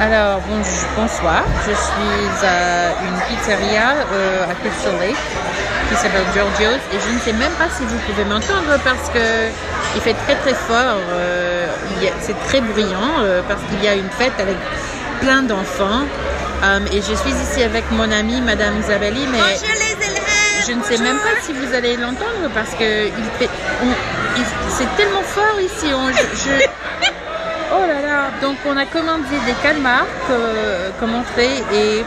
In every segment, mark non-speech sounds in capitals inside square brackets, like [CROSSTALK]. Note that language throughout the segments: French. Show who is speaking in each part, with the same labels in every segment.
Speaker 1: Alors, bon- bonsoir. Je suis à une pizzeria euh, à Crystal Lake qui s'appelle Giorgio's et je ne sais même pas si vous pouvez m'entendre parce que il fait très très fort. euh, il y a- C'est très bruyant euh, parce qu'il y a une fête avec plein d'enfants. Euh, et je suis ici avec mon amie Madame Isabelli, mais
Speaker 2: Bonjour les élèves.
Speaker 1: je ne sais même pas si vous allez l'entendre parce que il fait, on- il- c'est tellement fort ici. on- je, je- oh là là. Donc on a commandé des calmars euh, comme on fait et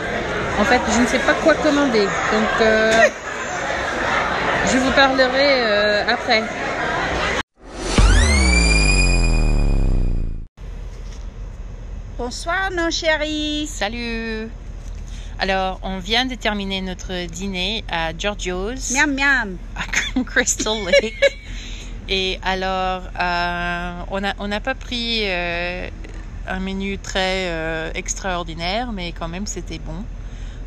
Speaker 1: en fait je ne sais pas quoi commander. Donc euh, je vous parlerai euh, après.
Speaker 2: Bonsoir nos chéris.
Speaker 1: Salut. Alors on vient de terminer notre dîner à Giorgio's.
Speaker 2: Miam miam.
Speaker 1: à [LAUGHS] Crystal Lake. Et alors, euh, on n'a on n'a pas pris euh, un menu très euh, extraordinaire, mais quand même, c'était bon.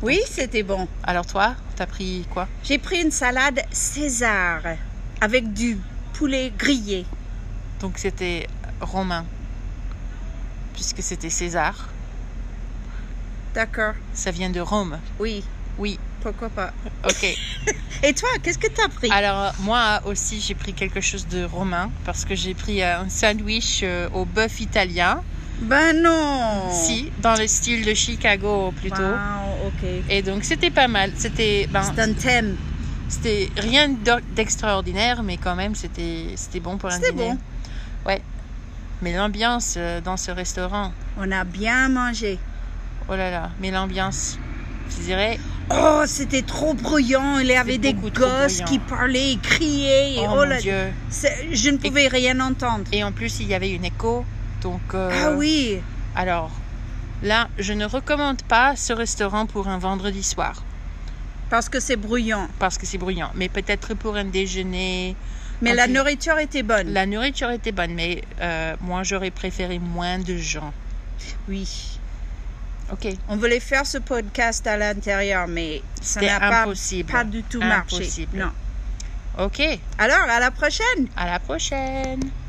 Speaker 2: Oui, c'était bon.
Speaker 1: Alors toi, t'as pris quoi
Speaker 2: J'ai pris une salade César avec du poulet grillé.
Speaker 1: Donc c'était romain, puisque c'était César.
Speaker 2: D'accord.
Speaker 1: Ça vient de Rome.
Speaker 2: Oui,
Speaker 1: Oui,
Speaker 2: pourquoi pas.
Speaker 1: ok.
Speaker 2: Et toi, qu'est-ce que t'as pris
Speaker 1: Alors moi aussi, j'ai pris quelque chose de romain, parce que j'ai pris un sandwich euh, au bœuf italien.
Speaker 2: Ben non.
Speaker 1: Si, dans le style de Chicago plutôt.
Speaker 2: Wow, ok.
Speaker 1: Et donc c'était pas mal. C'était ben,
Speaker 2: C'est un thème.
Speaker 1: c'était rien d'o- d'extraordinaire, mais quand même c'était c'était bon pour un
Speaker 2: C'était
Speaker 1: dîner.
Speaker 2: bon.
Speaker 1: Ouais. Mais l'ambiance euh, dans ce restaurant,
Speaker 2: On a bien mangé.
Speaker 1: oh là là, mais l'ambiance, je dirais,
Speaker 2: Oh, c'était trop bruyant. Il y avait des
Speaker 1: beaucoup trop
Speaker 2: gosses
Speaker 1: bruyant.
Speaker 2: qui parlaient, ils criaient.
Speaker 1: oh,
Speaker 2: et
Speaker 1: mon
Speaker 2: là,
Speaker 1: dieu.
Speaker 2: c'est- je ne pouvais rien entendre.
Speaker 1: Et en plus il y avait une écho, donc. euh,
Speaker 2: Ah oui.
Speaker 1: Alors là, je ne recommande pas ce restaurant pour un vendredi soir
Speaker 2: Parce que c'est bruyant.
Speaker 1: parce que c'est bruyant, mais peut-être pour un déjeuner.
Speaker 2: Mais
Speaker 1: Quand
Speaker 2: la
Speaker 1: tu-
Speaker 2: nourriture était bonne.
Speaker 1: La nourriture était bonne, mais euh, moi j'aurais préféré moins de gens.
Speaker 2: Oui.
Speaker 1: Ok.
Speaker 2: On voulait faire ce podcast à l'intérieur, mais ça
Speaker 1: C'était
Speaker 2: n'a pas,
Speaker 1: impossible.
Speaker 2: pas du tout marché.
Speaker 1: Impossible.
Speaker 2: Non.
Speaker 1: Ok,
Speaker 2: Alors, à la prochaine.
Speaker 1: à la prochaine.